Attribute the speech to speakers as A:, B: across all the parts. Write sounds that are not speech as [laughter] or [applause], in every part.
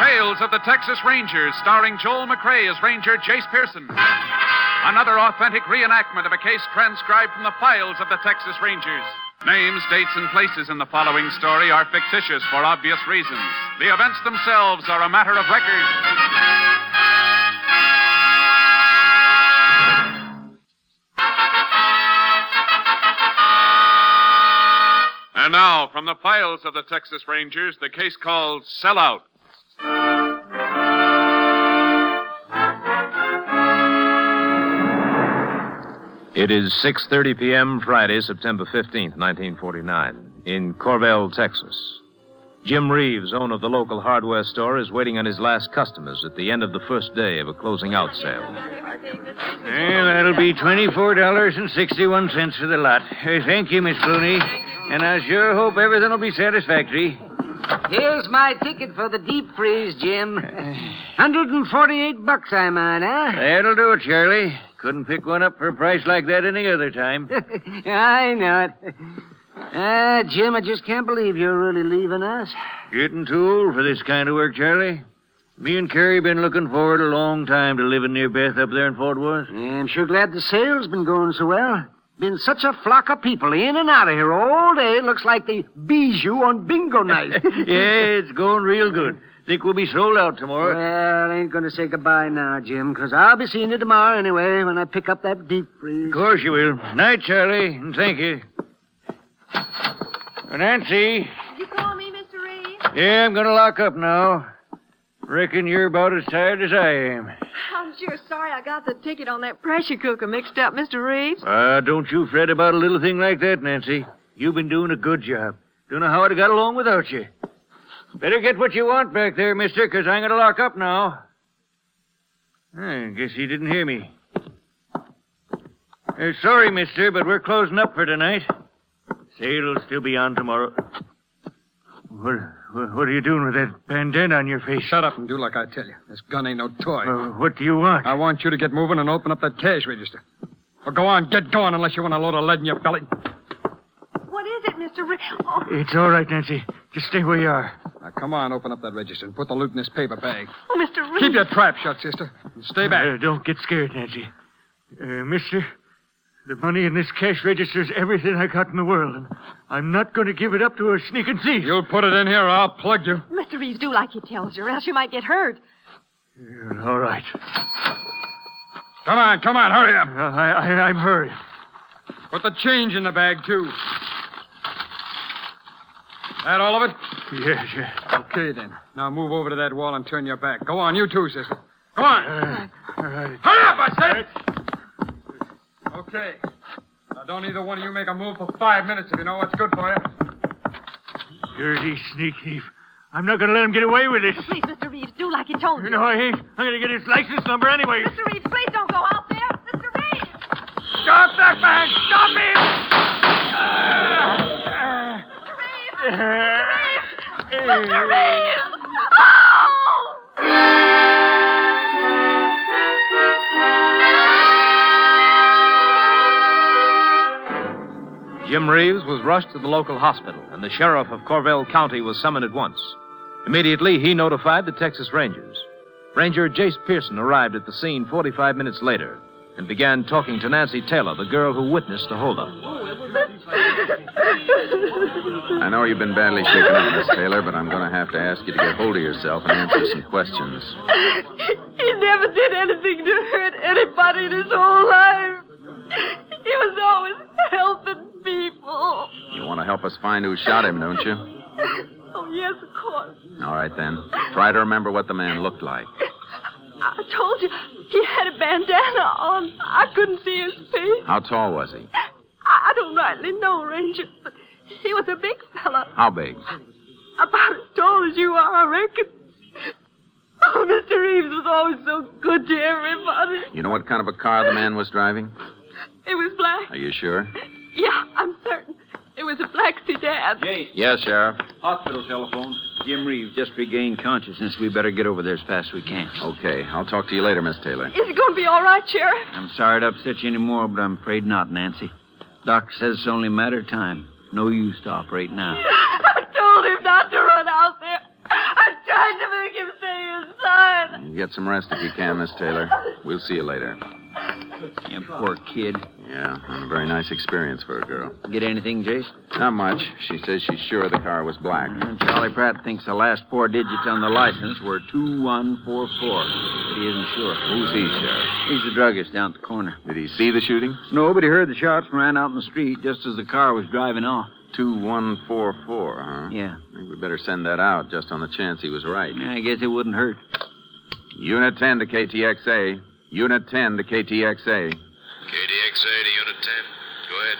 A: Tales of the Texas Rangers, starring Joel McRae as Ranger Jace Pearson. Another authentic reenactment of a case transcribed from the files of the Texas Rangers. Names, dates, and places in the following story are fictitious for obvious reasons. The events themselves are a matter of record. And now, from the files of the Texas Rangers, the case called Sellout.
B: It is 6:30 p.m. Friday, September 15th, 1949, in Corvell, Texas. Jim Reeves, owner of the local hardware store, is waiting on his last customers at the end of the first day of a closing out sale.
C: Well, that'll be $24.61 for the lot. Hey, thank you, Miss Clooney. And I sure hope everything will be satisfactory.
D: Here's my ticket for the deep freeze, Jim. 148 bucks I'm on, huh? [laughs]
C: That'll do it, Shirley. Couldn't pick one up for a price like that any other time.
D: I know it. Ah, Jim, I just can't believe you're really leaving us.
C: Getting too old for this kind of work, Charlie. Me and Carrie been looking forward a long time to living near Beth up there in Fort Worth.
D: I'm sure glad the sale's been going so well. Been such a flock of people in and out of here all day. Looks like the bijou on bingo night.
C: [laughs]
D: [laughs]
C: yeah, it's going real good. Think we'll be sold out tomorrow.
D: Well, I ain't going to say goodbye now, Jim, 'cause I'll be seeing you tomorrow anyway when I pick up that deep freeze.
C: Of course you will. Night, Charlie, and thank you. Nancy.
E: You call me, Mr. Reeves?
C: Yeah, I'm gonna lock up now. Reckon you're about as tired as I am.
E: I'm sure sorry I got the ticket on that pressure cooker mixed up, Mr. Reeves.
C: Uh, don't you fret about a little thing like that, Nancy. You've been doing a good job. Don't know how I'd have got along without you. Better get what you want back there, mister, because I'm going to lock up now. I guess he didn't hear me. Uh, sorry, mister, but we're closing up for tonight. Sale'll still be on tomorrow. What, what, what are you doing with that bandana on your face?
F: Shut up and do like I tell you. This gun ain't no toy.
C: Uh, what do you want?
F: I want you to get moving and open up that cash register. Well, go on, get going unless you want a load of lead in your belly.
E: What is it, Mr. Reeves? Oh,
C: It's all right, Nancy. Just stay where you are.
F: Now, come on, open up that register and put the loot in this paper bag.
E: oh, Mr. Reeves.
F: Keep your trap shut, sister. And stay
C: Uh,
F: back.
C: don't get scared, Nancy. Uh, mister, the money in this cash register's everything I got in the world, and I'm not going to give it up to a sneaking thief.
F: You'll put it in here or I'll plug you.
E: Mr. Reeves, do like he tells you, or else you might get hurt.
C: Uh, All right.
F: Come on, come on, hurry up.
C: Uh, I, I, I'm hurried.
F: Put the change in the bag, too. That all of it?
C: Yes, yes.
F: Okay, then. Now move over to that wall and turn your back. Go on, you too, sister. Come on.
C: All right.
F: Hurry up, I said. Okay. Now, don't either one of you make a move for five minutes if you know what's good for you.
C: Dirty sneak thief. I'm not going to let him get away with this.
E: Please, Mr. Reeves, do like he told you.
C: You know I ain't. I'm going to get his license number anyway.
E: Mr. Reeves, please don't go out there. Mr. Reeves!
F: Stop that man! Stop him!
E: Mr. Reeves! Mr. Reeves! Oh!
B: Jim Reeves was rushed to the local hospital, and the sheriff of Corvell County was summoned at once. Immediately, he notified the Texas Rangers. Ranger Jace Pearson arrived at the scene 45 minutes later. and began talking to Nancy Taylor, the girl who witnessed the holdup.
G: I know you've been badly shaken up, Miss Taylor, but I'm going to have to ask you to get hold of yourself and answer some questions.
H: He never did anything to hurt anybody in his whole life. He was always helping people.
G: You want to help us find who shot him, don't you?
H: Oh, yes, of course.
G: All right, then. Try to remember what the man looked like.
H: I told you, he had a bandana on. I couldn't see his face.
G: How tall was he?
H: I, I don't rightly know, Ranger, but he was a big fella,
G: How big?
H: about as tall as you are, I reckon. Oh, Mr. Reeves was always so good to everybody.
G: You know what kind of a car the man was driving?
H: It was black.
G: Are you sure?
H: Yeah, I'm certain. It was a black sedan.
G: Yes, Sheriff.
I: Hospital telephone. Jim Reeves just regained consciousness. We better get over there as fast as we can.
G: Okay, I'll talk to you later, Miss Taylor.
H: Is it going to be all right, Sheriff?
I: I'm sorry to upset you anymore, but I'm afraid not, Nancy. Doc says it's only a matter of time. No use to operate now.
H: I told him not to run out there. I tried to make him stay inside.
G: You get some rest if you can, Miss Taylor. We'll see you later.
I: You poor kid.
G: Yeah, not a very nice experience for a girl.
I: Get anything, Jace?
G: Not much. She says she's sure the car was black.
I: And Charlie Pratt thinks the last four digits on the license were 2144. But he isn't sure.
G: Who's he, Sheriff?
I: He's the druggist down at the corner.
G: Did he see the shooting?
I: Nobody heard the shots and ran out in the street just as the car was driving off.
G: 2144, huh?
I: Yeah.
G: I think we better send that out just on the chance he was right.
I: I guess it wouldn't hurt.
G: Unit 10 to KTXA. Unit 10 to KTXA.
J: KDXA to Unit 10. Go ahead.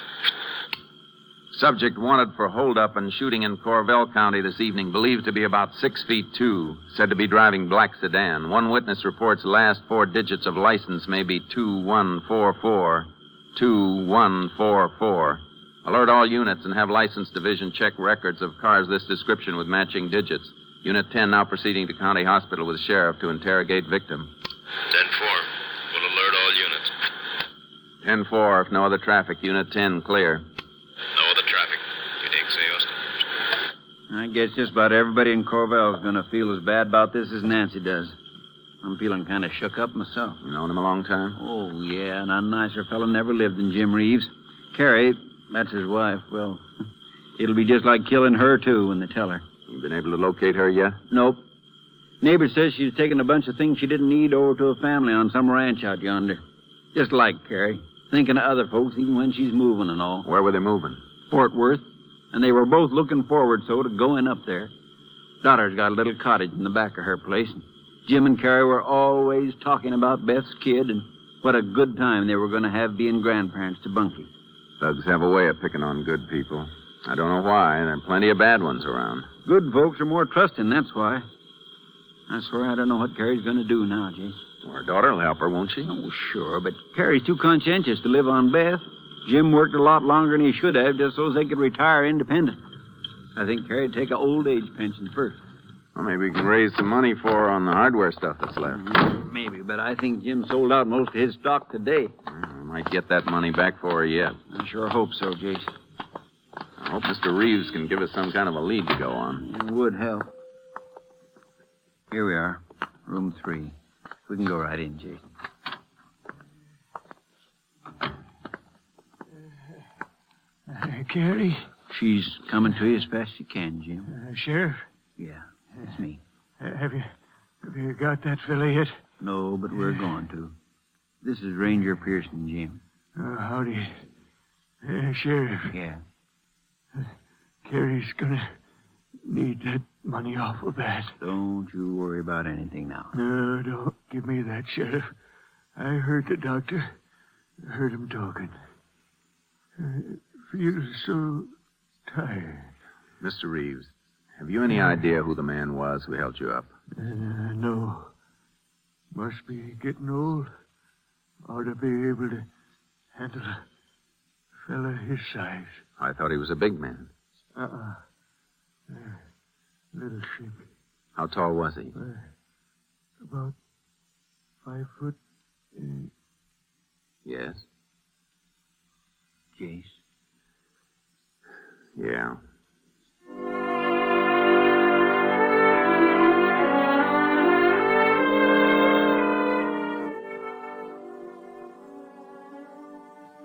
G: Subject wanted for holdup and shooting in Corvell County this evening, believed to be about six feet two, said to be driving black sedan. One witness reports last four digits of license may be 2144. 2144. Alert all units and have license division check records of cars this description with matching digits. Unit 10 now proceeding to county hospital with sheriff to interrogate victim.
J: 10 4. Will alert all units.
G: 10 4, if no other traffic, unit 10 clear.
J: No other traffic. KDXA Austin.
I: I guess just about everybody in Corvell's going to feel as bad about this as Nancy does. I'm feeling kind of shook up myself.
G: You known him a long time?
I: Oh, yeah, and a nicer fellow never lived than Jim Reeves. Carrie, that's his wife, well, [laughs] it'll be just like killing her, too, when they tell her.
G: You been able to locate her yet?
I: Nope. Neighbor says she's taken a bunch of things she didn't need over to a family on some ranch out yonder. Just like Carrie, thinking of other folks even when she's moving and all.
G: Where were they moving?
I: Fort Worth, and they were both looking forward so to going up there. Daughter's got a little cottage in the back of her place. Jim and Carrie were always talking about Beth's kid and what a good time they were going to have being grandparents to Bunky.
G: Thugs have a way of picking on good people. I don't know why. There are plenty of bad ones around.
I: Good folks are more trusting, that's why. I swear I don't know what Carrie's going to do now, Jase.
G: Her daughter will help her, won't she?
I: Oh, sure, but Carrie's too conscientious to live on Beth. Jim worked a lot longer than he should have just so they could retire independent. I think Carrie'd take an old age pension first.
G: Well, maybe we can raise some money for her on the hardware stuff that's left.
I: Maybe, but I think Jim sold out most of his stock today.
G: We might get that money back for her yet.
I: I sure hope so, Jase.
G: I hope Mr. Reeves can give us some kind of a lead to go on.
I: It would help. Here we are, room three. We can go right in, Jase.
K: Uh, Carrie,
I: She's coming to you as fast as she can, Jim.
K: uh, Sheriff,
I: Yeah, it's me.
K: uh, have you have you got that fella yet?
I: No, but we're going to. This is Ranger Pearson, Jim.
K: Uh, howdy, uh, Sheriff.
I: Yeah.
K: Carrie's gonna need that money awful bad.
I: Don't you worry about anything now.
K: No, don't give me that, Sheriff. I heard the doctor. I heard him talking. Uh, feel so tired.
G: Mr. Reeves, have you any idea who the man was who held you up?
K: Uh, no. Must be getting old. Ought to be able to handle a fella his size.
G: I thought he was a big man.
K: Uh-uh. Uh, little sheep.
G: How tall was he?
K: Uh, about five foot. Uh,
G: Yes.
I: Jase.
G: Yeah.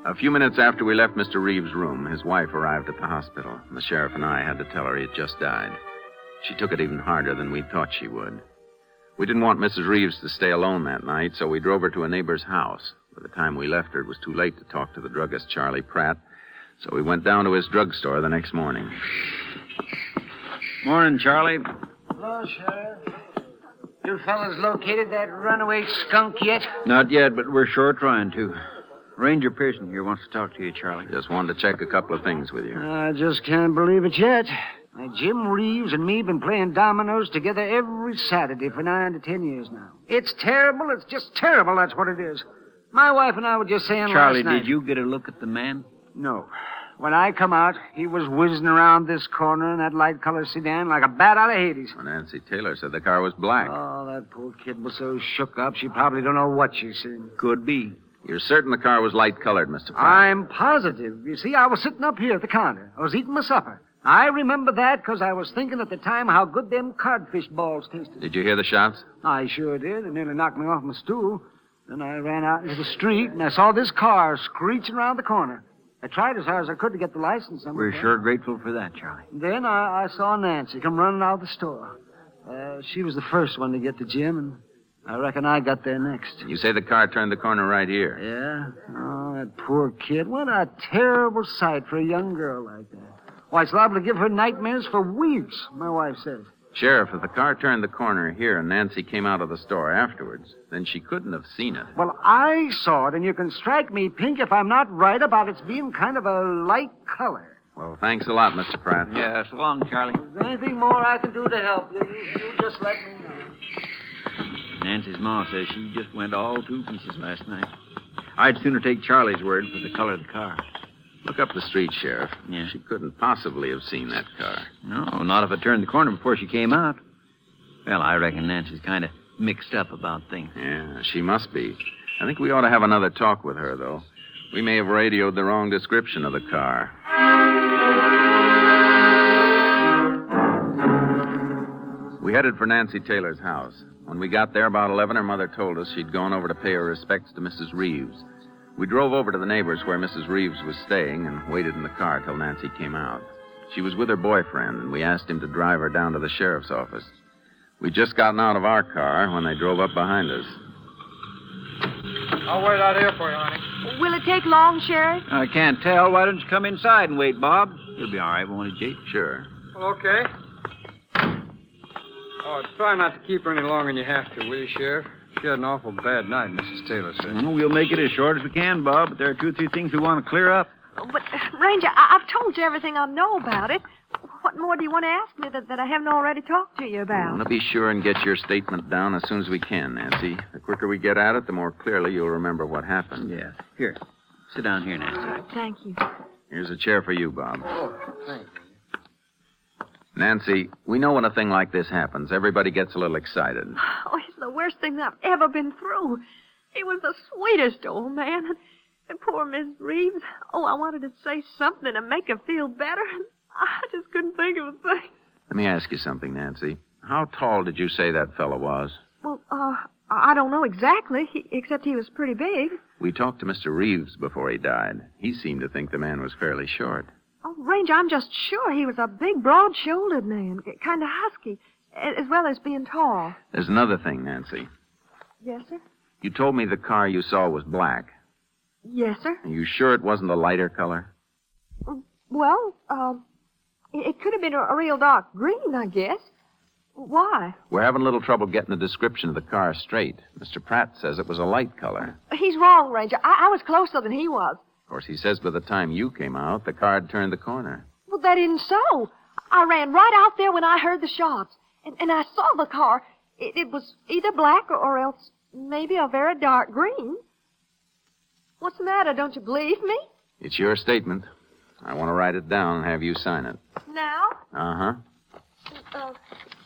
G: A few minutes after we left Mr. Reeves' room, his wife arrived at the hospital. The sheriff and I had to tell her he had just died. She took it even harder than we thought she would. We didn't want Mrs. Reeves to stay alone that night, so we drove her to a neighbor's house. By the time we left her, it was too late to talk to the druggist, Charlie Pratt, so we went down to his drugstore the next morning.
I: Morning, Charlie.
D: Hello, Sheriff. You fellas located that runaway skunk yet?
I: Not yet, but we're sure trying to. Ranger Pearson here wants to talk to you, Charlie.
G: Just wanted to check a couple of things with you.
D: I just can't believe it yet. Now, Jim Reeves and me been playing dominoes together every Saturday for nine to ten years now. It's terrible. It's just terrible. That's what it is. My wife and I were just saying
I: Charlie,
D: last night.
I: did you get a look at the man?
D: No. When I come out, he was whizzing around this corner in that light colored sedan like a bat out of Hades.
G: Well, Nancy Taylor said the car was black.
D: Oh, that poor kid was so shook up, she probably don't know what she's seen.
I: Could be.
G: You're certain the car was light colored, Mr. Pratt?
D: I'm positive. You see, I was sitting up here at the counter. I was eating my supper. I remember that because I was thinking at the time how good them codfish balls tasted.
G: Did you hear the shots?
D: I sure did. It nearly knocked me off my stool. Then I ran out into the street and I saw this car screeching around the corner. I tried as hard as I could to get the license number.
I: We're
D: but-
I: sure grateful for that, Charlie.
D: Then I, I saw Nancy come running out of the store. Uh, she was the first one to get to Jim, and I reckon I got there next.
G: You say the car turned the corner right here.
D: Yeah? Oh, that poor kid. What a terrible sight for a young girl like that. Why, it's liable to give her nightmares for weeks, my wife says.
G: Sheriff, if the car turned the corner here and Nancy came out of the store afterwards, then she couldn't have seen it.
D: Well, I saw it, and you can strike me pink if I'm not right about its being kind of a light color.
G: Well, thanks a lot, Mr. Pratt.
I: Yeah, so long, Charlie.
D: Is there anything more I can do to help you? You, you just let me know.
I: Nancy's ma says she just went all two pieces last night. I'd sooner take Charlie's word for the color of the car.
G: Look up the street, Sheriff.
I: Yeah.
G: She couldn't possibly have seen that car.
I: No, not if it turned the corner before she came out. Well, I reckon Nancy's kind of mixed up about things.
G: Yeah, she must be. I think we ought to have another talk with her, though. We may have radioed the wrong description of the car. We headed for Nancy Taylor's house. When we got there about 11, her mother told us she'd gone over to pay her respects to Mrs. Reeves. We drove over to the neighbor's where Mrs. Reeves was staying and waited in the car till Nancy came out. She was with her boyfriend, and we asked him to drive her down to the sheriff's office. We'd just gotten out of our car when they drove up behind us.
F: I'll wait out here for you, honey.
H: Will it take long, Sheriff?
I: I can't tell. Why don't you come inside and wait, Bob? You'll be all right, won't you, Jake?
G: Sure.
F: Well, okay. Oh, try not to keep her any longer than you have to, will you, Sheriff? She had an awful bad night, Mrs. Taylor said.
I: Well, we'll make it as short as we can, Bob, but there are two or three things we want to clear up.
H: Oh, But, uh, Ranger, I- I've told you everything I know about it. What more do you want to ask me that, that I haven't already talked to you
G: I
H: about?
G: want to be sure and get your statement down as soon as we can, Nancy. The quicker we get at it, the more clearly you'll remember what happened.
I: Yeah. Here. Sit down here, Nancy.
H: Thank you.
G: Here's a chair for you, Bob.
F: Oh, thanks.
G: Nancy, we know when a thing like this happens, everybody gets a little excited.
H: Oh, it's the worst thing I've ever been through. He was the sweetest old man. And, and poor Miss Reeves. Oh, I wanted to say something to make her feel better. I just couldn't think of a thing.
G: Let me ask you something, Nancy. How tall did you say that fellow was?
H: Well, uh, I don't know exactly, he, except he was pretty big.
G: We talked to Mr. Reeves before he died. He seemed to think the man was fairly short.
H: Oh, Ranger, I'm just sure he was a big, broad-shouldered man, kind of husky, a- as well as being tall.
G: There's another thing, Nancy.
H: Yes, sir?
G: You told me the car you saw was black.
H: Yes, sir.
G: Are you sure it wasn't a lighter color?
H: Well, um, it, it could have been a, a real dark green, I guess. Why?
G: We're having a little trouble getting the description of the car straight. Mr. Pratt says it was a light color.
H: He's wrong, Ranger. I, I was closer than he was.
G: Of course, he says by the time you came out, the car had turned the corner.
H: Well, that isn't so. I ran right out there when I heard the shots, and, and I saw the car. It, it was either black or, or else maybe a very dark green. What's the matter? Don't you believe me?
G: It's your statement. I want to write it down and have you sign it.
H: Now?
G: Uh huh.
H: Uh,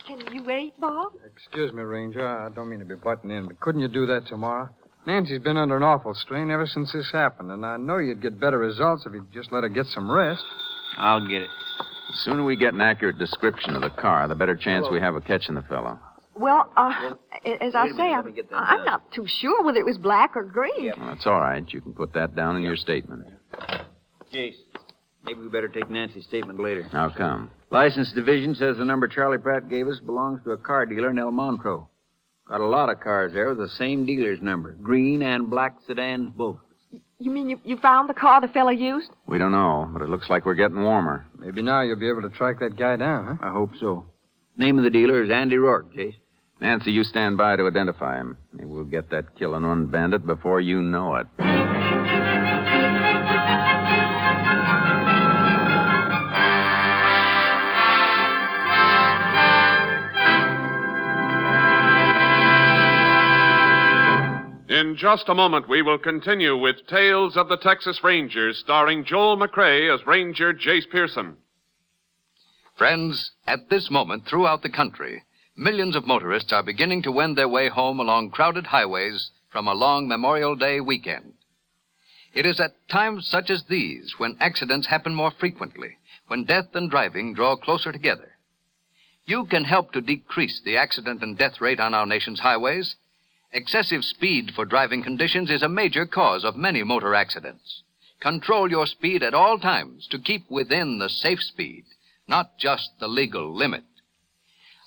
H: can you wait, Bob?
F: Excuse me, Ranger. I don't mean to be butting in, but couldn't you do that tomorrow? Nancy's been under an awful strain ever since this happened, and I know you'd get better results if you'd just let her get some rest.
I: I'll get it.
G: The sooner we get an accurate description of the car, the better chance we have of catching the fellow.
H: Well, uh, a- as I
I: wait a minute,
H: say,
I: let
H: I'm,
I: me get that
H: I'm
I: down.
H: not too sure whether it was black or green.
G: Well, that's all right. You can put that down in your statement.
L: Chase, maybe we better take Nancy's statement later.
G: How come?
L: License division says the number Charlie Pratt gave us belongs to a
G: Car dealer in El Monroe. Got a lot of cars there with the same dealer's number. Green and black sedans both.
E: You mean you, you found the car the fella used?
G: We don't know, but it looks like we're getting warmer.
I: Maybe now you'll be able to track that guy down, huh?
G: I hope so. Name of the dealer is Andy Rourke, Jase. Nancy, you stand by to identify him. Maybe We'll get that killing one bandit before you know it.
A: In just a moment, we will continue with Tales of the Texas Rangers, starring Joel McRae as Ranger Jace Pearson.
M: Friends, at this moment throughout the country, millions of motorists are beginning to wend their way home along crowded highways from a long Memorial Day weekend. It is at times such as these when accidents happen more frequently, when death and driving draw closer together. You can help to decrease the accident and death rate on our nation's highways. Excessive speed for driving conditions is a major cause of many motor accidents. Control your speed at all times to keep within the safe speed not just the legal limit.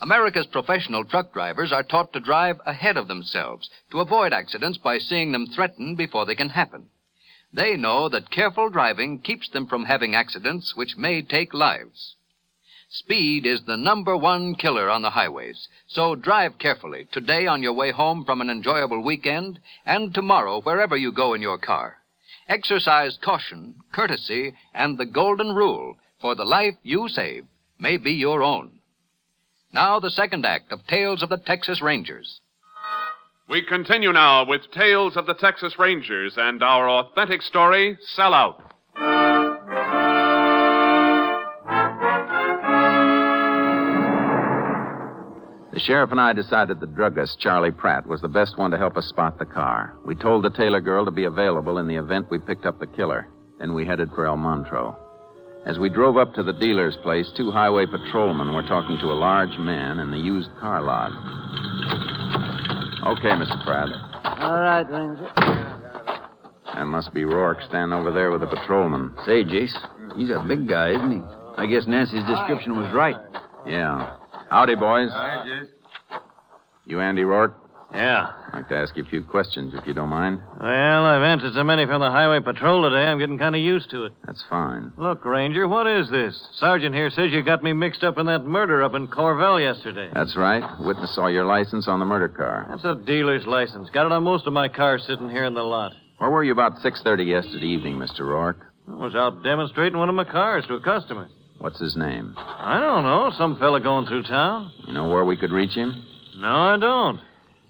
M: America's professional truck drivers are taught to drive ahead of themselves to avoid accidents by seeing them threatened before they can happen. They know that careful driving keeps them from having accidents which may take lives. Speed is the number one killer on the highways, so drive carefully today on your way home from an enjoyable weekend and tomorrow wherever you go in your car. Exercise caution, courtesy, and the golden rule for the life you save may be your own. Now, the second act of Tales of the Texas Rangers.
A: We continue now with Tales of the Texas Rangers and our authentic story, Sellout.
G: The sheriff and I decided the druggist, Charlie Pratt, was the best one to help us spot the car. We told the Taylor girl to be available in the event we picked up the killer. Then we headed for El Montreux. As we drove up to the dealer's place, two highway patrolmen were talking to a large man in the used car lot. Okay, Mr. Pratt.
D: All right, Ranger.
G: That must be Rourke standing over there with the patrolman. Say, Jace, he's a big guy, isn't he? I guess Nancy's description was right. Yeah. Howdy, boys. You Andy Rourke?
L: Yeah.
G: I'd like to ask you a few questions, if you don't mind.
L: Well, I've answered so many from the highway patrol today, I'm getting kind of used to it.
G: That's fine.
L: Look, Ranger, what is this? Sergeant here says you got me mixed up in that murder up in Corvell yesterday.
G: That's right. Witness saw your license on the murder car.
L: That's a dealer's license. Got it on most of my cars sitting here in the lot.
G: Where were you about 6.30 yesterday evening, Mr. Rourke?
L: I was out demonstrating one of my cars to a customer.
G: What's his name?
L: I don't know, some fella going through town.
G: You know where we could reach him?
L: No, I don't.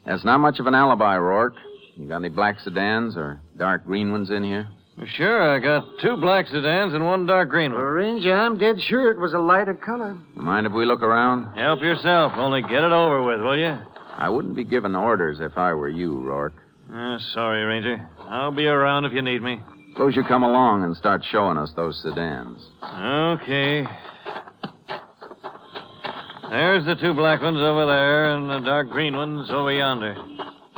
G: That's not much of an alibi, Rourke. You got any black sedans or dark green ones in here?
L: Sure, I got two black sedans and one dark green one.
D: Ranger, I'm dead sure it was a lighter color.
G: You mind if we look around?
L: Help yourself, only get it over with, will you?
G: I wouldn't be giving orders if I were you, Rourke.
L: Uh, sorry, Ranger. I'll be around if you need me.
G: Suppose you come along and start showing us those sedans.
L: Okay. There's the two black ones over there and the dark green ones over yonder.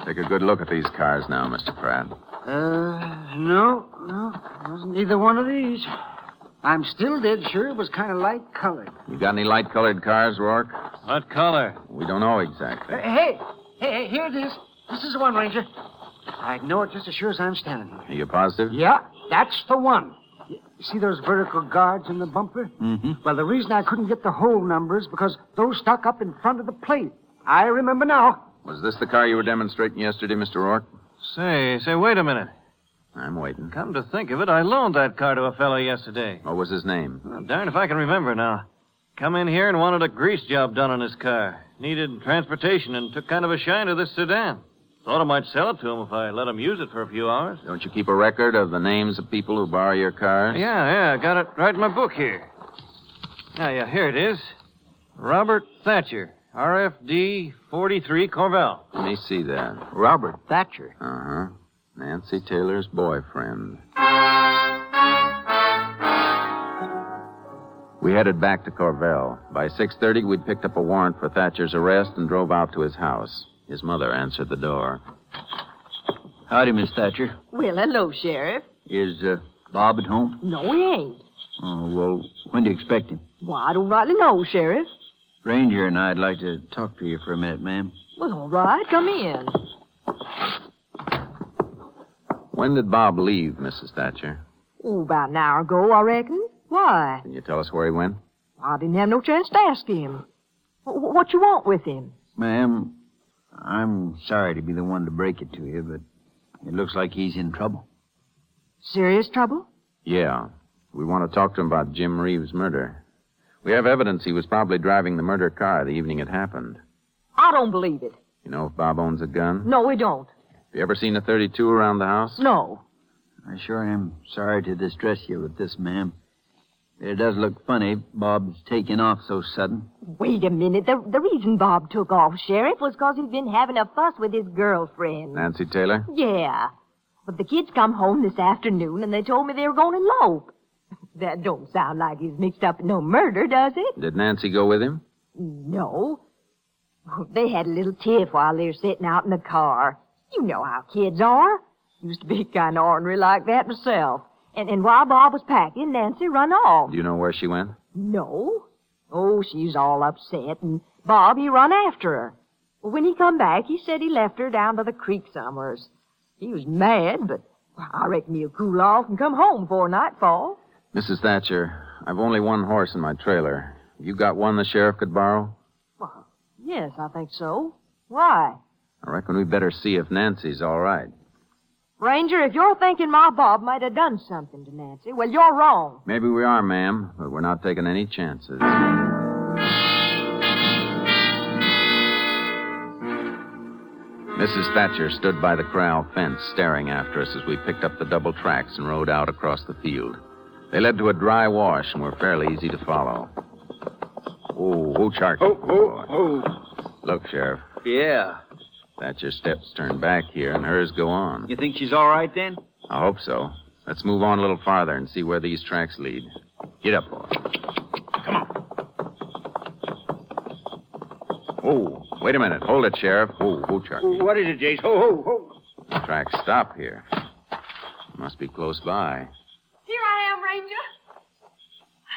G: Take a good look at these cars now, Mr. Pratt.
D: Uh, no, no, it wasn't either one of these. I'm still dead sure it was kind of light colored.
G: You got any light colored cars, Rourke?
L: What color?
G: We don't know exactly.
D: Uh, hey, hey, hey, here it is. This is the one, Ranger. I know it just as sure as I'm standing here.
G: Are you positive?
D: Yeah, that's the one. You see those vertical guards in the bumper?
G: Mm-hmm.
D: Well, the reason I couldn't get the whole number is because those stuck up in front of the plate. I remember now.
G: Was this the car you were demonstrating yesterday, Mr. Rourke?
L: Say, say, wait a minute.
G: I'm waiting.
L: Come to think of it, I loaned that car to a fellow yesterday.
G: What was his name?
L: Well, darn if I can remember now. Come in here and wanted a grease job done on his car. Needed transportation and took kind of a shine to this sedan. Thought I might sell it to him if I let him use it for a few hours.
G: Don't you keep a record of the names of people who borrow your cars?
L: Yeah, yeah, got it right in my book here. Yeah, yeah, here it is. Robert Thatcher, RFD 43 Corvell.
G: Let me see that. Robert.
D: Thatcher.
G: Uh huh. Nancy Taylor's boyfriend. We headed back to Corvell. By 6:30, we'd picked up a warrant for Thatcher's arrest and drove out to his house. His mother answered the door.
L: Howdy, Miss Thatcher.
N: Well, hello, Sheriff.
L: Is uh,
O: Bob at home?
E: No, he ain't.
O: Oh, well, when do you expect him?
E: Well, I don't rightly know, Sheriff.
O: Ranger and I'd like to talk to you for a minute, ma'am.
E: Well, all right, come in.
G: When did Bob leave, Mrs. Thatcher?
E: Oh, about an hour ago, I reckon. Why?
G: Can you tell us where he went?
E: I didn't have no chance to ask him. Wh- wh- What you want with him?
O: Ma'am, I'm sorry to be the one to break it to you, but it looks like he's in trouble.
E: Serious trouble?
G: Yeah. We want to talk to him about Jim Reeves' murder. We have evidence he was probably driving the murder car the evening it happened.
E: I don't believe it.
G: You know if Bob owns a gun?
E: No, we don't.
G: Have you ever seen a 32 around the house?
E: No.
O: I sure am sorry to distress you with this, ma'am. It does look funny, Bob's taking off so sudden.
E: Wait a minute. The, the reason Bob took off, Sheriff, was 'cause he'd been having a fuss with his girlfriend.
G: Nancy Taylor?
E: Yeah. But the kids come home this afternoon and they told me they were going to elope. [laughs] That don't sound like he's mixed up in no murder, does it?
G: Did Nancy go with him?
E: No. They had a little tiff while they were sitting out in the car. You know how kids are. Used to be kind of ornery like that myself. And, and while Bob was packing, Nancy run off.
G: Do you know where she went?
E: No. Oh, she's all upset, and Bob, he run after her. When he come back, he said he left her down by the creek somewheres. He was mad, but I reckon he'll cool off and come home before nightfall.
G: Mrs. Thatcher, I've only one horse in my trailer. You got one the sheriff could borrow?
E: Yes, I think so. Why?
G: I reckon we better see if Nancy's all right.
E: Ranger, if you're thinking my Bob might have done something to Nancy, well, you're wrong.
G: Maybe we are, ma'am, but we're not taking any chances. Mrs. Thatcher stood by the corral fence, staring after us as we picked up the double tracks and rode out across the field. They led to a dry wash and were fairly easy to follow. Oh, who Chark? Oh, oh, oh. Look, Sheriff.
I: Yeah.
G: Thatcher steps turn back here and hers go on.
I: You think she's all right then?
G: I hope so. Let's move on a little farther and see where these tracks lead. Get up, boy. Come on. Oh, wait a minute. Hold it, Sheriff. Oh, who Chark?
I: What is it, Jace? Ho, ho, ho.
G: Tracks stop here. Must be close by.
H: Here I am, Ranger.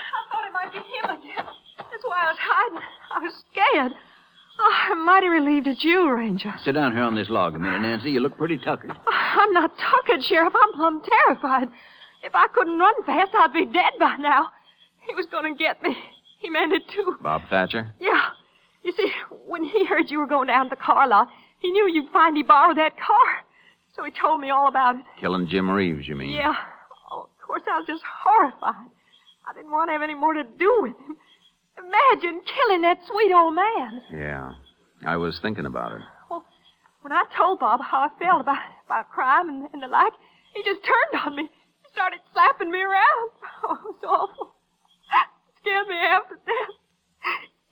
H: I thought it might be him again. That's why I was hiding. I was scared. Oh, I'm mighty relieved it's you, Ranger.
O: Sit down here on this log a minute, Nancy. You look pretty tuckered.
H: I'm not talking, Sheriff. I'm plumb terrified. If I couldn't run fast, I'd be dead by now. He was going to get me. He meant it, too.
G: Bob Thatcher?
H: Yeah. You see, when he heard you were going down to the car lot, he knew you'd find he borrowed that car. So he told me all about it.
G: Killing Jim Reeves, you mean?
H: Yeah. Oh, of course, I was just horrified. I didn't want to have any more to do with him. Imagine killing that sweet old man.
G: Yeah. I was thinking about it.
H: When I told Bob how I felt about, about crime and, and the like, he just turned on me. He started slapping me around. [laughs] Oh, it was awful. It scared me half to death.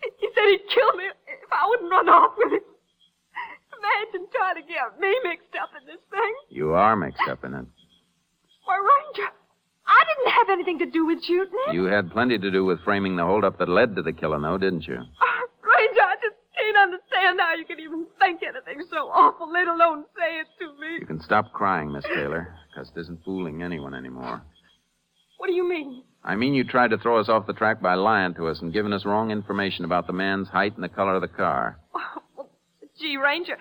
H: He- He said he'd kill me if I wouldn't run off with him. Imagine trying to get me mixed up in this thing.
G: You are mixed up in it.
H: Why, Ranger, I didn't have anything to do with shooting him.
G: You had plenty to do with framing the holdup that led to the killing, though, didn't you?
H: Ranger, I just can't understand how you can even think anything so awful, let alone say it to me.
G: You can stop crying, Miss Taylor. Cust isn't fooling anyone anymore.
H: What do you mean?
G: I mean, you tried to throw us off the track by lying to us and giving us wrong information about the man's height and the color of the car.
H: Oh, Gee, Ranger,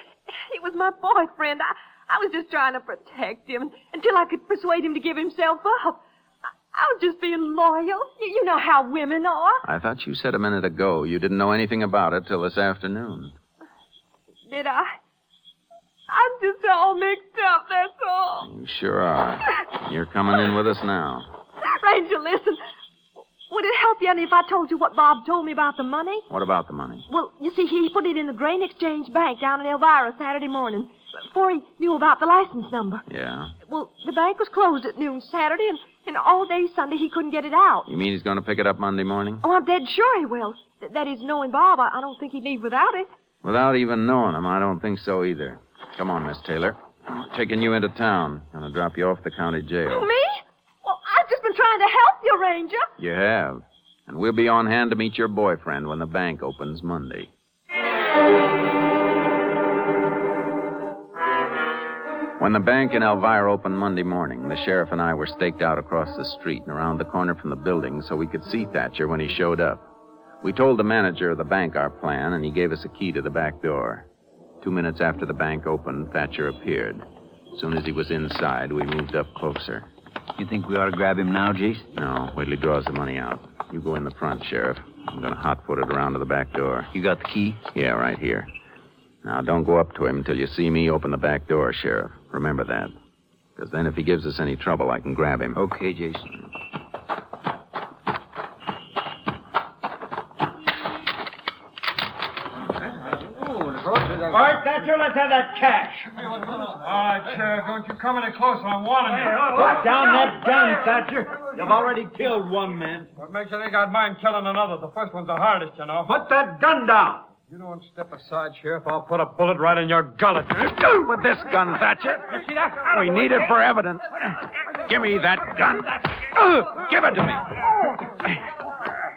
H: he was my boyfriend. I, I was just trying to protect him until I could persuade him to give himself up. I, I was just being loyal. You, you know how women are.
G: I thought you said a minute ago you didn't know anything about it till this afternoon.
H: Did I? I'm just all mixed up, that's all.
G: You sure are. You're coming in with us now.
H: Ranger, listen. Would it help you any if I told you what Bob told me about the money?
G: What about the money?
H: Well, you see, he put it in the Grain Exchange Bank down in Elvira Saturday morning before he knew about the license number.
G: Yeah.
H: Well, the bank was closed at noon Saturday, and, and all day Sunday he couldn't get it out.
G: You mean he's going to pick it up Monday morning?
H: Oh, I'm dead sure he will. Th- that is, knowing Bob, I, I don't think he'd leave without it.
G: Without even knowing him, I don't think so either. Come on, Miss Taylor. I'm taking you into town. Gonna drop you off at the county jail.
H: Me? Well, I've just been trying to help you, Ranger.
G: You have. And we'll be on hand to meet your boyfriend when the bank opens Monday. When the bank in Elvira opened Monday morning, the sheriff and I were staked out across the street and around the corner from the building so we could see Thatcher when he showed up. We told the manager of the bank our plan, and he gave us a key to the back door. Two minutes after the bank opened, Thatcher appeared. As soon as he was inside, we moved up closer. You think we ought to grab him now, Jase? No, wait till he draws the money out. You go in the front, Sheriff. I'm going to hot foot it around to the back door. You got the key? Yeah, right here. Now, don't go up to him until you see me open the back door, Sheriff. Remember that. Because then if he gives us any trouble, I can grab him. Okay, Jason.
P: Bart, Thatcher, let's have that cash.
K: All right, Sheriff, don't you come any closer. I'm warning you.
P: Put down that gun, Thatcher. You've already killed one man.
K: What makes you think I'd mind killing another? The first one's the hardest, you know.
P: Put that gun down.
K: You don't step aside, Sheriff. I'll put a bullet right in your gullet.
P: Do with this gun, Thatcher.
G: We need it for evidence. Give me that gun. Ugh, Give it to me.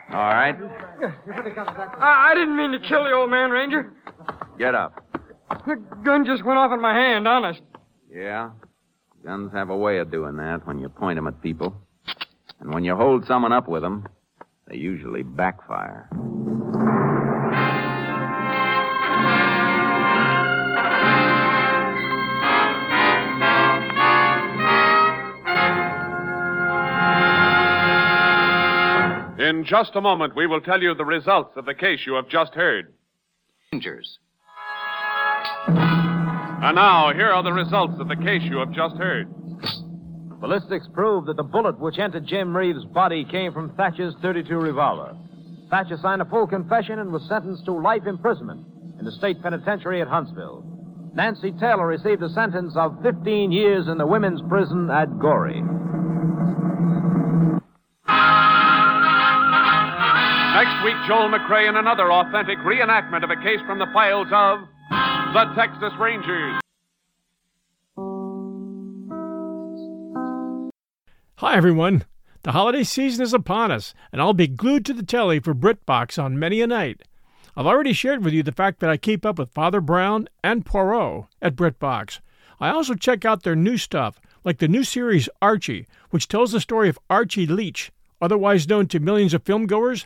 G: All right,
K: I, I didn't mean to kill the old man, Ranger.
G: get up.
K: The gun just went off in my hand, honest.
G: Yeah? Guns have a way of doing that when you point 'em at people. And when you hold someone up with 'em, they usually backfire.
A: In just a moment, we will tell you the results of the case you have just heard.
M: Rangers.
A: And now, here are the results of the case you have just heard.
Q: Ballistics prove that the bullet which entered Jim Reeves' body came from Thatcher's 32 revolver. Thatcher signed a full confession and was sentenced to life imprisonment in the state penitentiary at Huntsville. Nancy Taylor received a sentence of 15 years in the women's prison at Gorey.
A: Next week, Joel McRae in another authentic reenactment of a case from the files of the Texas Rangers.
R: Hi, everyone. The holiday season is upon us, and I'll be glued to the telly for BritBox on many a night. I've already shared with you the fact that I keep up with Father Brown and Poirot at BritBox. I also check out their new stuff, like the new series Archie, which tells the story of Archie Leach, otherwise known to millions of filmgoers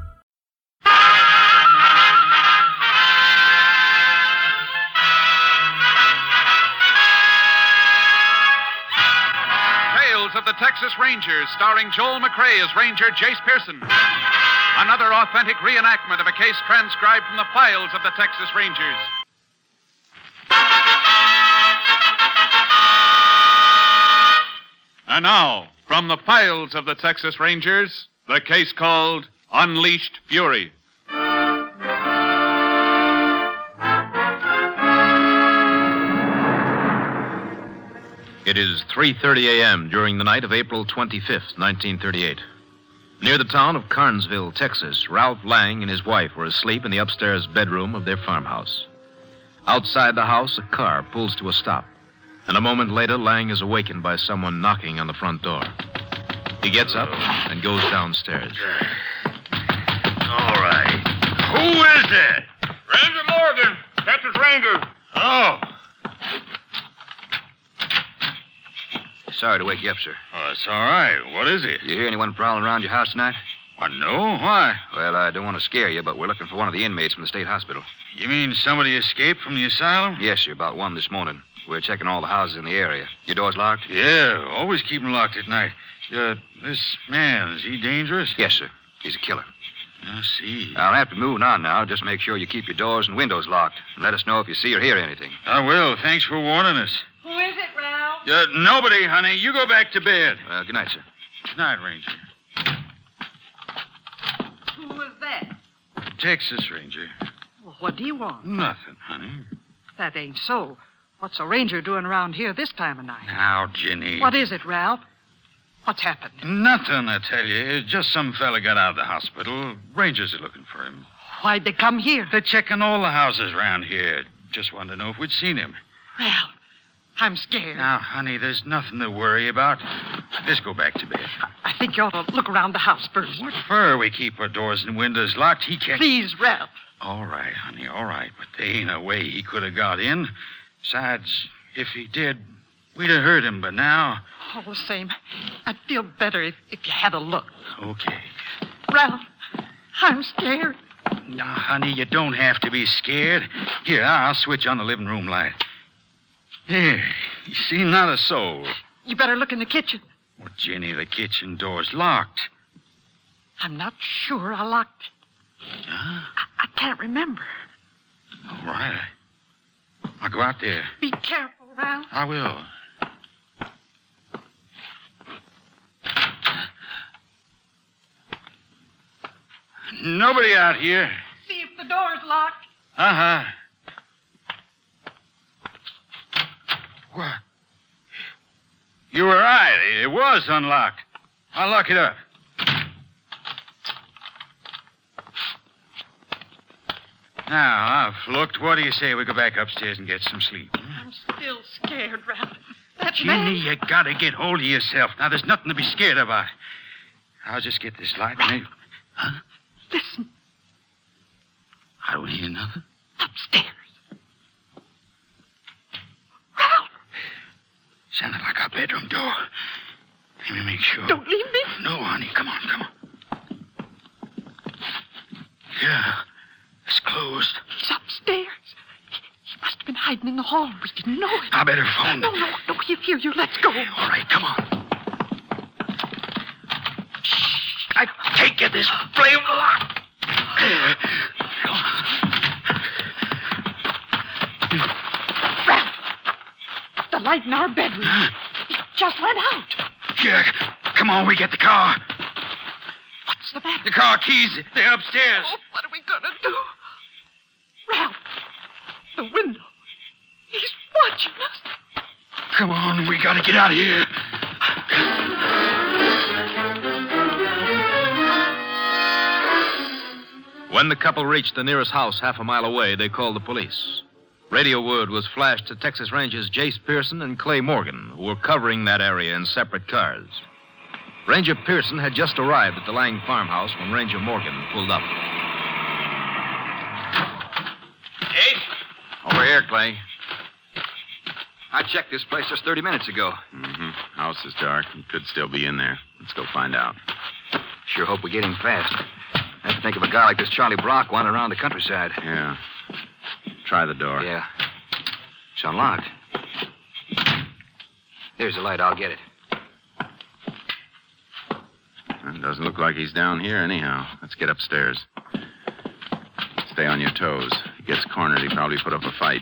A: Tales of the Texas Rangers, starring Joel McRae as Ranger Jace Pearson. Another authentic reenactment of a case transcribed from the files of the Texas Rangers. And now, from the files of the Texas Rangers, the case called Unleashed Fury.
B: It is 3:30 a.m. during the night of April 25th, 1938. Near the town of Carnesville, Texas, Ralph Lang and his wife were asleep in the upstairs bedroom of their farmhouse. Outside the house, a car pulls to a stop, and a moment later Lang is awakened by someone knocking on the front door. He gets up and goes downstairs.
J: All right. Who is it? Ranger Morgan. Texas Rangers.
S: finger. Oh.
T: Sorry to wake you up, sir.
S: Oh, it's all right. What is it?
T: You hear anyone prowling around your house tonight?
S: Why, no. Why?
T: Well, I don't want to scare you, but we're looking for one of the inmates from the state hospital.
S: You mean somebody escaped from the asylum?
T: Yes, sir, about one this morning. We're checking all the houses in the area. Your door's locked?
S: Yeah, always keep 'em locked at night. Uh, this man, is he dangerous?
T: Yes, sir. He's a killer.
S: I see.
T: I'll have to moving on now. Just make sure you keep your doors and windows locked. And let us know if you see or hear anything.
S: I will. Thanks for warning us.
U: Who is it, Ralph?
S: Uh, nobody, honey. You go back to bed.
T: Uh, good night, sir.
S: Good night, Ranger.
U: Who was that?
S: Texas Ranger.
V: Well, what do you want?
S: Nothing, honey.
V: That ain't so. What's a ranger doing around here this time of night?
S: Now, Ginny.
V: What is it, Ralph? What's happened?
S: Nothing, I tell you. Just some fella got out of the hospital. Rangers are looking for him.
V: Why'd they come here?
S: They're checking all the houses around here. Just wanted to know if we'd seen him.
V: Ralph, I'm scared.
S: Now, honey, there's nothing to worry about. Let's go back to bed.
V: I think you ought to look around the house first.
S: What for we keep our doors and windows locked? He can't.
V: Please, Ralph.
S: All right, honey, all right. But there ain't a way he could have got in. Besides, if he did, we'd have heard him by now.
V: All the same, I'd feel better if, if you had a look.
S: Okay.
V: Ralph, I'm scared.
S: Now, honey, you don't have to be scared. Here, I- I'll switch on the living room light. Here, you see, not a soul.
V: You better look in the kitchen.
S: Well, Jenny, the kitchen door's locked.
V: I'm not sure I locked it. I, I can't remember.
S: All right. I'll go out there.
V: Be careful, Ralph.
S: I will. Nobody out here.
V: See if the door's locked.
S: Uh huh. What? You were right. It was unlocked. I'll lock it up. Now, I've looked. What do you say we go back upstairs and get some sleep?
V: I'm still scared, Ralph. That
S: Ginny,
V: man.
S: you gotta get hold of yourself. Now, there's nothing to be scared about. I'll just get this light. And I-
V: Listen,
S: I don't hear nothing.
V: upstairs.
S: Sounded like our bedroom door. Let me make sure.
V: Don't leave me.
S: No, honey. Come on, come on. Yeah, it's closed.
V: He's upstairs. He must have been hiding in the hall. We didn't know it.
S: I better phone.
V: No, no, no. He'll hear you. Let's go. All
S: right, come on. I take you this blame lock. [gasps] [clears throat]
V: The light in our bedroom. It just went out.
S: Yeah, come on, we get the car.
V: What's the matter?
S: The car keys, they're upstairs.
V: Oh, what are we gonna do? Ralph, the window. He's watching us.
S: Come on, we gotta get out of here.
B: When the couple reached the nearest house half a mile away, they called the police. Radio word was flashed to Texas Rangers Jace Pearson and Clay Morgan, who were covering that area in separate cars. Ranger Pearson had just arrived at the Lang farmhouse when Ranger Morgan pulled up.
G: Over here, Clay.
T: I checked this place just 30 minutes ago.
G: Mm-hmm. House is dark. He could still be in there. Let's go find out.
T: Sure hope we get him fast. I have to think of a guy like this Charlie Brock wandering around the countryside.
G: Yeah. Try the door.
T: Yeah. It's unlocked. There's the light. I'll get it.
G: It doesn't look like he's down here, anyhow. Let's get upstairs. Stay on your toes. If he gets cornered, he probably put up a fight.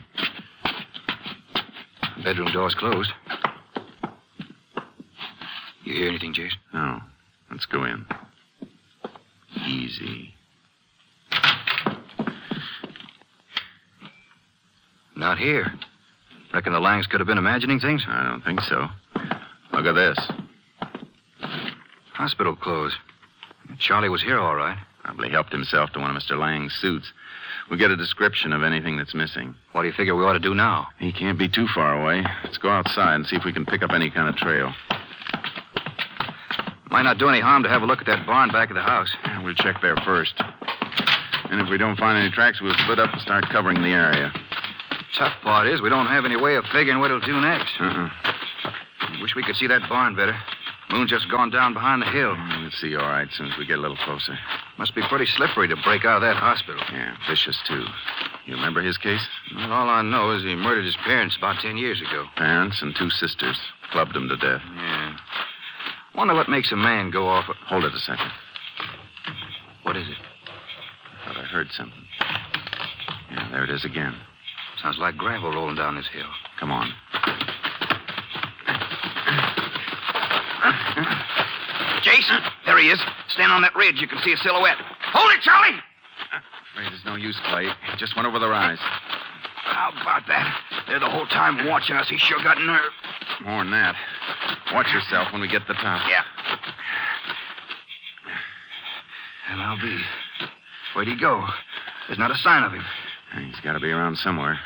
T: Bedroom door's closed. You hear anything, Jace?
G: No. Let's go in. Easy.
T: Not here. Reckon the Langs could have been imagining things?
G: I don't think so. Look at this.
T: Hospital clothes. Charlie was here all right.
G: Probably helped himself to one of Mr. Lang's suits. We get a description of anything that's missing.
T: What do you figure we ought to do now?
G: He can't be too far away. Let's go outside and see if we can pick up any kind of trail.
T: Might not do any harm to have a look at that barn back of the house.
G: We'll check there first. And if we don't find any tracks, we'll split up and start covering the area.
T: tough part is we don't have any way of figuring what he'll do next. Wish we could see that barn better. Moon's just gone down behind the hill.
G: Let's Mm, see, all right, as soon as we get a little closer.
T: Must be pretty slippery to break out of that hospital.
G: Yeah, vicious, too. You remember his case?
T: Well, all I know is he murdered his parents about ten years ago.
G: Parents and two sisters clubbed him to death.
T: Yeah. Wonder what makes a man go off. a-
G: Hold it a second.
T: What is it?
G: Thought I heard something. Yeah, there it is again.
T: Sounds like gravel rolling down this hill.
G: Come on.
T: Jason, there he is. Stand on that ridge. You can see a silhouette. Hold it, Charlie.
G: Afraid there's no use, Clay. He just went over the rise.
T: How about that? They're the whole time watching us. He sure got nerve.
G: More than that. Watch yourself when we get to the top.
T: Yeah. And I'll be. Where'd he go? There's not a sign of him.
G: He's got to be around somewhere.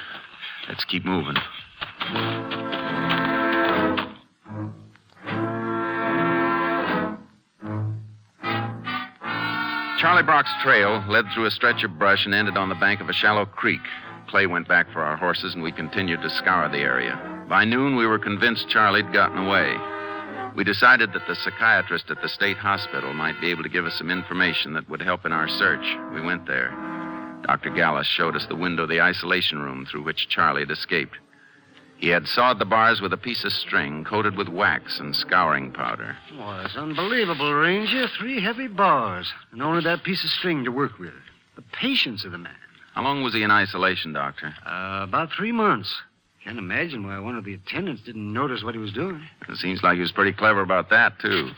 G: Let's keep moving. Charlie Brock's trail led through a stretch of brush and ended on the bank of a shallow creek. Clay went back for our horses, and we continued to scour the area. By noon, we were convinced Charlie'd gotten away. We decided that the psychiatrist at the state hospital might be able to give us some information that would help in our search. We went there. Dr. Gallus showed us the window of the isolation room through which Charlie had escaped. He had sawed the bars with a piece of string coated with wax and scouring powder.
D: Well, that's unbelievable, Ranger. Three heavy bars, and only that piece of string to work with. The patience of the man.
G: How long was he in isolation, Doctor?
D: Uh, about three months. Can't imagine why one of the attendants didn't notice what he was doing.
G: It seems like he was pretty clever about that, too.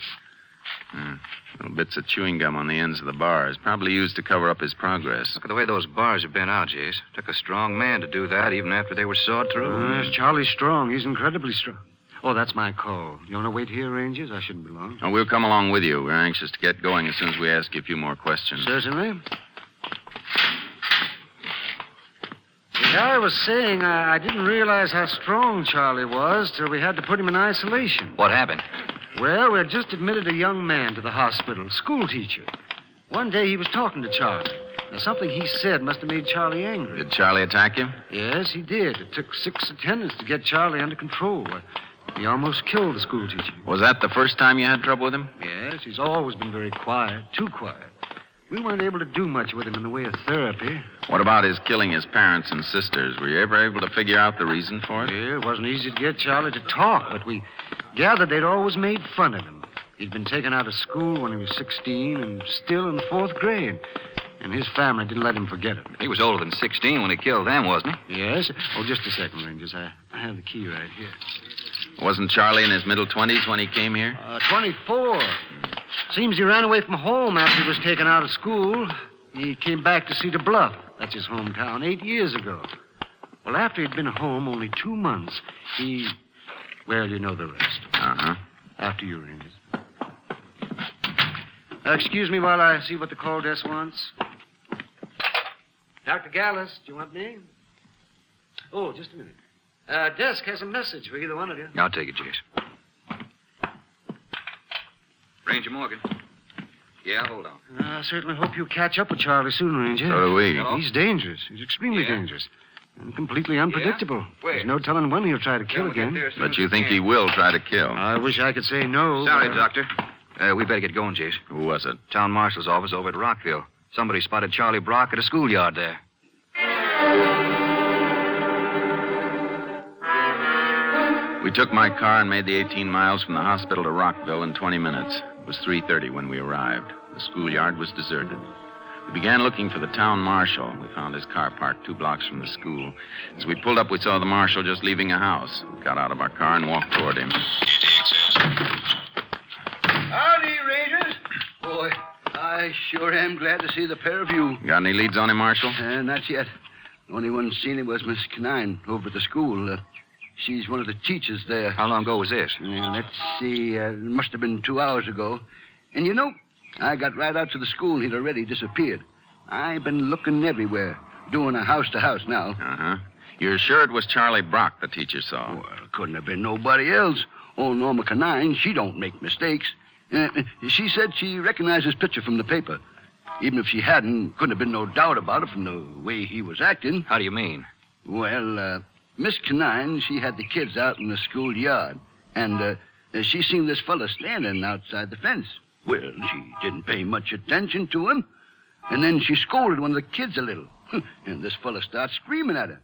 G: Hmm. Little bits of chewing gum on the ends of the bars, probably used to cover up his progress.
T: Look at the way those bars have been out, Jace. Took a strong man to do that, even after they were sawed
D: Uh,
T: through.
D: Charlie's strong. He's incredibly strong. Oh, that's my call. You want to wait here, Rangers? I shouldn't be long.
G: Now, we'll come along with you. We're anxious to get going as soon as we ask you a few more questions.
D: Certainly. As I was saying, I, I didn't realize how strong Charlie was till we had to put him in isolation.
T: What happened?
D: Well, we had just admitted a young man to the hospital, school teacher. One day he was talking to Charlie. Now, something he said must have made Charlie angry.
G: Did Charlie attack you?
D: Yes, he did. It took six attendants to get Charlie under control. He almost killed the school teacher.
G: Was that the first time you had trouble with him?
D: Yes, he's always been very quiet, too quiet. We weren't able to do much with him in the way of therapy.
G: What about his killing his parents and sisters? Were you ever able to figure out the reason for it?
D: Yeah, it wasn't easy to get Charlie to talk, but we gathered they'd always made fun of him. He'd been taken out of school when he was 16 and still in fourth grade. And his family didn't let him forget it.
T: He was older than 16 when he killed them, wasn't he?
D: Yes. Oh, just a second, Rangers. I, I have the key right here.
G: Wasn't Charlie in his middle 20s when he came here?
D: Uh, 24. Seems he ran away from home after he was taken out of school. He came back to Cedar Bluff. That's his hometown, eight years ago. Well, after he'd been home only two months, he. Well, you know the rest.
G: Uh huh.
D: After you, Rangers. Uh, excuse me while I see what the call desk wants. Dr. Gallus, do you want me? Oh, just a minute. Uh, desk has a message for either one of you.
T: I'll take it, Jace. Ranger Morgan. Yeah, hold on.
D: Uh, I certainly hope you catch up with Charlie soon, Ranger.
T: So do we. Hello?
D: He's dangerous. He's extremely dangerous. And completely unpredictable.
T: Where?
D: There's no telling when he'll try to kill again.
G: But you think he will try to kill?
D: I wish I could say no.
T: Sorry,
D: but-
T: Doctor. Uh, we better get going, Jace.
G: Who was it?
T: Town Marshal's office over at Rockville. Somebody spotted Charlie Brock at a schoolyard there.
G: We took my car and made the 18 miles from the hospital to Rockville in 20 minutes. It was 3:30 when we arrived. The schoolyard was deserted. We began looking for the town marshal. We found his car parked two blocks from the school. As we pulled up, we saw the marshal just leaving a house. We got out of our car and walked toward him.
W: Howdy, Rangers. Boy, I sure am glad to see the pair of you.
G: Got any leads on him, Marshal?
W: Uh, not yet. The only one seen him was Miss Canine over at the school. Uh, she's one of the teachers there. How long ago was this? let's see. Uh, it must have been two hours ago. And you know, I got right out to the school. He'd already disappeared. I've been looking everywhere, doing a house to house now.
G: Uh huh. You're sure it was Charlie Brock the teacher saw?
W: Well, couldn't have been nobody else. Old Norma Canine, she don't make mistakes. Uh, she said she recognized his picture from the paper. Even if she hadn't, couldn't have been no doubt about it from the way he was acting.
T: How do you mean?
W: Well, uh, Miss Canine, she had the kids out in the school yard, and uh, she seen this fella standing outside the fence. Well, she didn't pay much attention to him, and then she scolded one of the kids a little, [laughs] and this fella starts screaming at her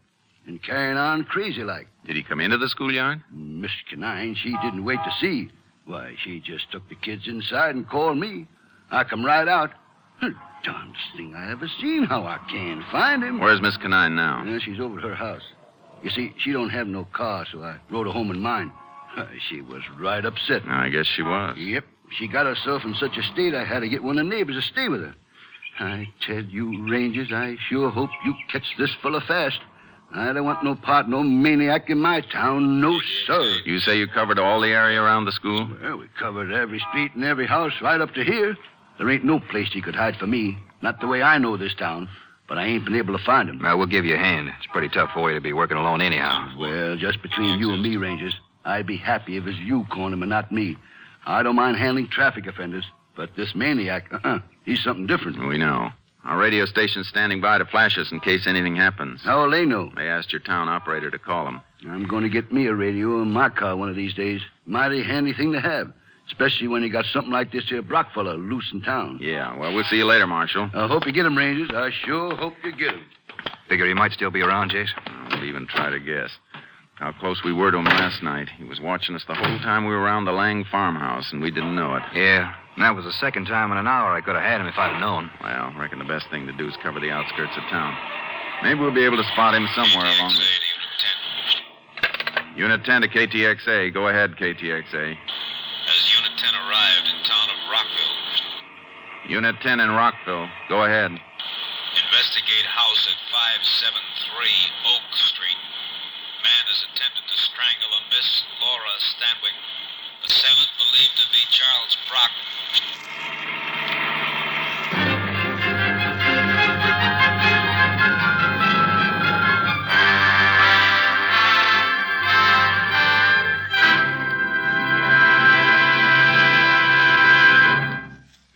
W: and carrying on crazy like.
G: Did he come into the schoolyard?
W: Miss Canine, she didn't wait to see. Why, she just took the kids inside and called me. I come right out. Darnest thing I ever seen how I can find him.
G: Where's Miss Canine now?
W: Yeah, she's over at her house. You see, she don't have no car, so I rode her home in mine. She was right upset.
G: I guess she was.
W: Yep. She got herself in such a state I had to get one of the neighbors to stay with her. I tell you, Rangers, I sure hope you catch this fella fast. I don't want no part, no maniac in my town, no sir.
G: You say you covered all the area around the school?
W: Well, we covered every street and every house right up to here. There ain't no place he could hide from me. Not the way I know this town. But I ain't been able to find him.
T: Now, we'll give you a hand. It's pretty tough for you to be working alone anyhow.
W: Well, just between you and me, Rangers, I'd be happy if it was you cornered him and not me. I don't mind handling traffic offenders, but this maniac, uh-uh, he's something different.
G: We know. Our radio station's standing by to flash us in case anything happens.
W: How'll they know?
G: They asked your town operator to call them.
W: I'm going to get me a radio in my car one of these days. Mighty handy thing to have, especially when you got something like this here Brock fella loose in town.
G: Yeah, well, we'll see you later, Marshal.
W: I hope you get him, Rangers. I sure hope you get him.
G: Figure he might still be around, Jace. Don't even try to guess. How close we were to him last night. He was watching us the whole time we were around the Lang farmhouse, and we didn't know it.
T: Yeah, and that was the second time in an hour I could have had him if I'd have known.
G: Well, I reckon the best thing to do is cover the outskirts of town. Maybe we'll be able to spot him somewhere along the. Unit 10 to KTXA. Go ahead, KTXA.
J: As Unit 10 arrived in town of Rockville,
G: Unit 10 in Rockville. Go ahead.
J: investigate house at 573 Oak Street. Man has attempted to strangle a Miss Laura Stanwyck. Assailant believed to be Charles Brock.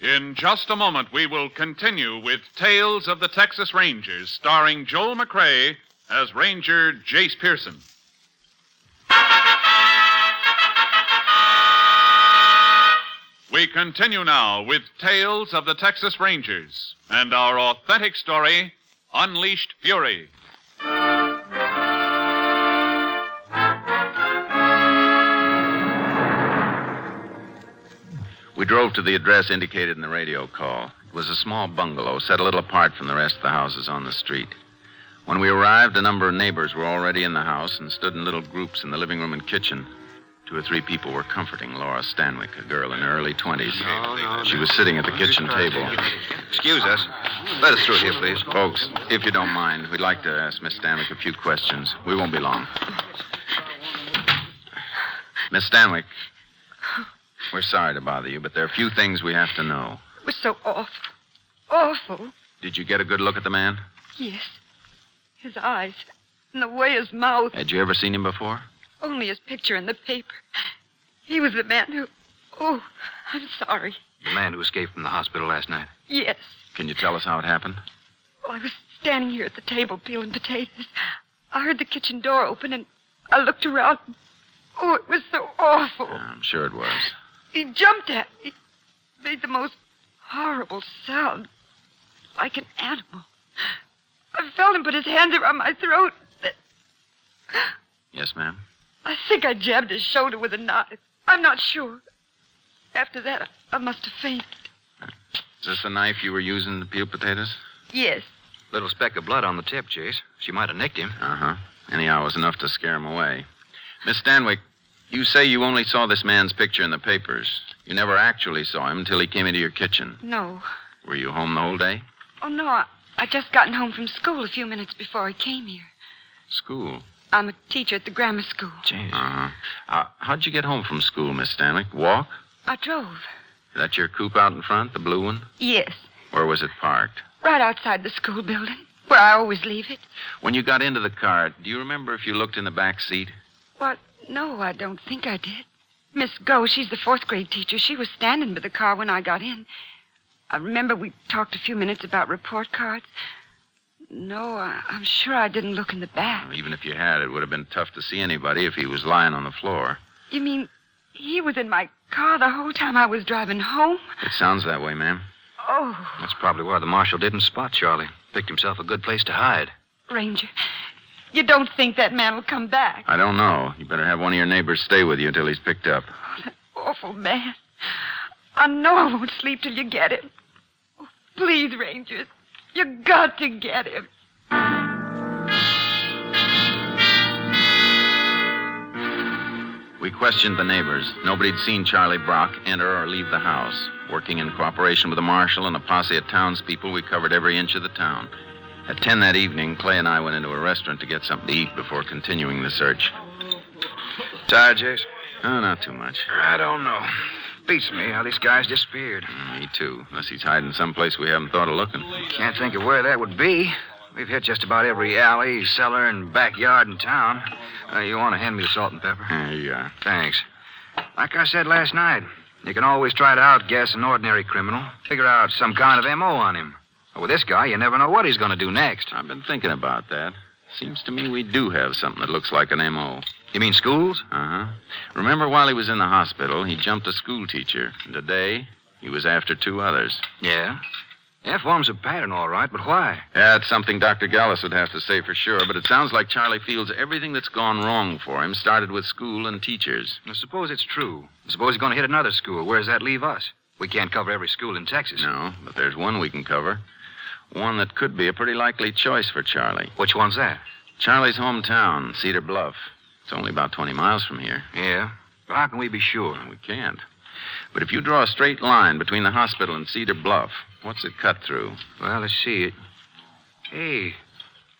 A: In just a moment, we will continue with Tales of the Texas Rangers, starring Joel McRae as Ranger Jace Pearson. We continue now with Tales of the Texas Rangers and our authentic story, Unleashed Fury.
G: We drove to the address indicated in the radio call. It was a small bungalow set a little apart from the rest of the houses on the street. When we arrived, a number of neighbors were already in the house and stood in little groups in the living room and kitchen. Two or three people were comforting Laura Stanwyck, a girl in her early 20s. she was sitting at the kitchen table.
T: Excuse us. Let us through here, please.
G: Folks, if you don't mind, we'd like to ask Miss Stanwyck a few questions. We won't be long. Miss Stanwyck, we're sorry to bother you, but there are a few things we have to know.
V: It was so awful. Awful.
G: Did you get a good look at the man?
V: Yes. His eyes and the way his mouth.
G: Had you ever seen him before?
V: Only his picture in the paper. He was the man who. Oh, I'm sorry.
T: The man who escaped from the hospital last night.
V: Yes.
G: Can you tell us how it happened?
V: Well, I was standing here at the table peeling potatoes. I heard the kitchen door open and I looked around. Oh, it was so awful.
G: I'm sure it was.
V: He jumped at me, made the most horrible sound, like an animal. I felt him put his hands around my throat.
G: Yes, ma'am.
V: I think I jabbed his shoulder with a knife. I'm not sure. After that, I, I must have fainted.
G: Is this the knife you were using to peel potatoes?
V: Yes.
T: Little speck of blood on the tip, Chase. She might have nicked him.
G: Uh huh. Anyhow, it was enough to scare him away. Miss Stanwyck, you say you only saw this man's picture in the papers. You never actually saw him until he came into your kitchen.
V: No.
G: Were you home the whole day?
V: Oh, no. I, I just gotten home from school a few minutes before I came here.
G: School.
V: I'm a teacher at the grammar school.
G: Jane. Uh-huh. Uh How'd you get home from school, Miss Stanwyck? Walk?
V: I drove.
G: Is that your coupe out in front, the blue one?
V: Yes.
G: Where was it parked?
V: Right outside the school building, where I always leave it.
G: When you got into the car, do you remember if you looked in the back seat?
V: Well, no, I don't think I did. Miss Go, she's the fourth grade teacher. She was standing by the car when I got in. I remember we talked a few minutes about report cards. No, I, I'm sure I didn't look in the back.
G: Even if you had, it would have been tough to see anybody if he was lying on the floor.
V: You mean he was in my car the whole time I was driving home?
G: It sounds that way, ma'am.
V: Oh,
F: That's probably why the marshal didn't spot Charlie. Picked himself a good place to hide.
V: Ranger, you don't think that man will come back?
G: I don't know. You better have one of your neighbors stay with you until he's picked up.
V: Awful man. I know I won't sleep till you get him. Oh, please, Rangers, you got to get him.
G: We questioned the neighbors. Nobody'd seen Charlie Brock enter or leave the house. Working in cooperation with the marshal and a posse of townspeople, we covered every inch of the town. At 10 that evening, Clay and I went into a restaurant to get something to eat before continuing the search. Tired, Jace? Oh, not too much.
T: I don't know. Beats me how this guy's disappeared.
G: Mm, Me too, unless he's hiding someplace we haven't thought of looking.
T: Can't think of where that would be. We've hit just about every alley, cellar, and backyard in town. Uh, you want to hand me the salt and pepper?
G: Here you are.
T: Thanks. Like I said last night, you can always try to outguess an ordinary criminal, figure out some kind of M.O. on him. But with this guy, you never know what he's going to do next.
G: I've been thinking about that. Seems to me we do have something that looks like an M.O.
T: You mean schools?
G: Uh huh. Remember while he was in the hospital, he jumped a school teacher. And today, he was after two others.
T: Yeah? Yeah, forms a pattern, all right, but why?
G: That's something Dr. Gallus would have to say for sure, but it sounds like Charlie feels everything that's gone wrong for him started with school and teachers.
T: Now, suppose it's true. Suppose he's going to hit another school. Where does that leave us? We can't cover every school in Texas.
G: No, but there's one we can cover. One that could be a pretty likely choice for Charlie.
T: Which one's that?
G: Charlie's hometown, Cedar Bluff. It's only about 20 miles from here.
T: Yeah. But how can we be sure?
G: We can't. But if you draw a straight line between the hospital and Cedar Bluff, what's it cut through?
T: Well, let's see it. Hey,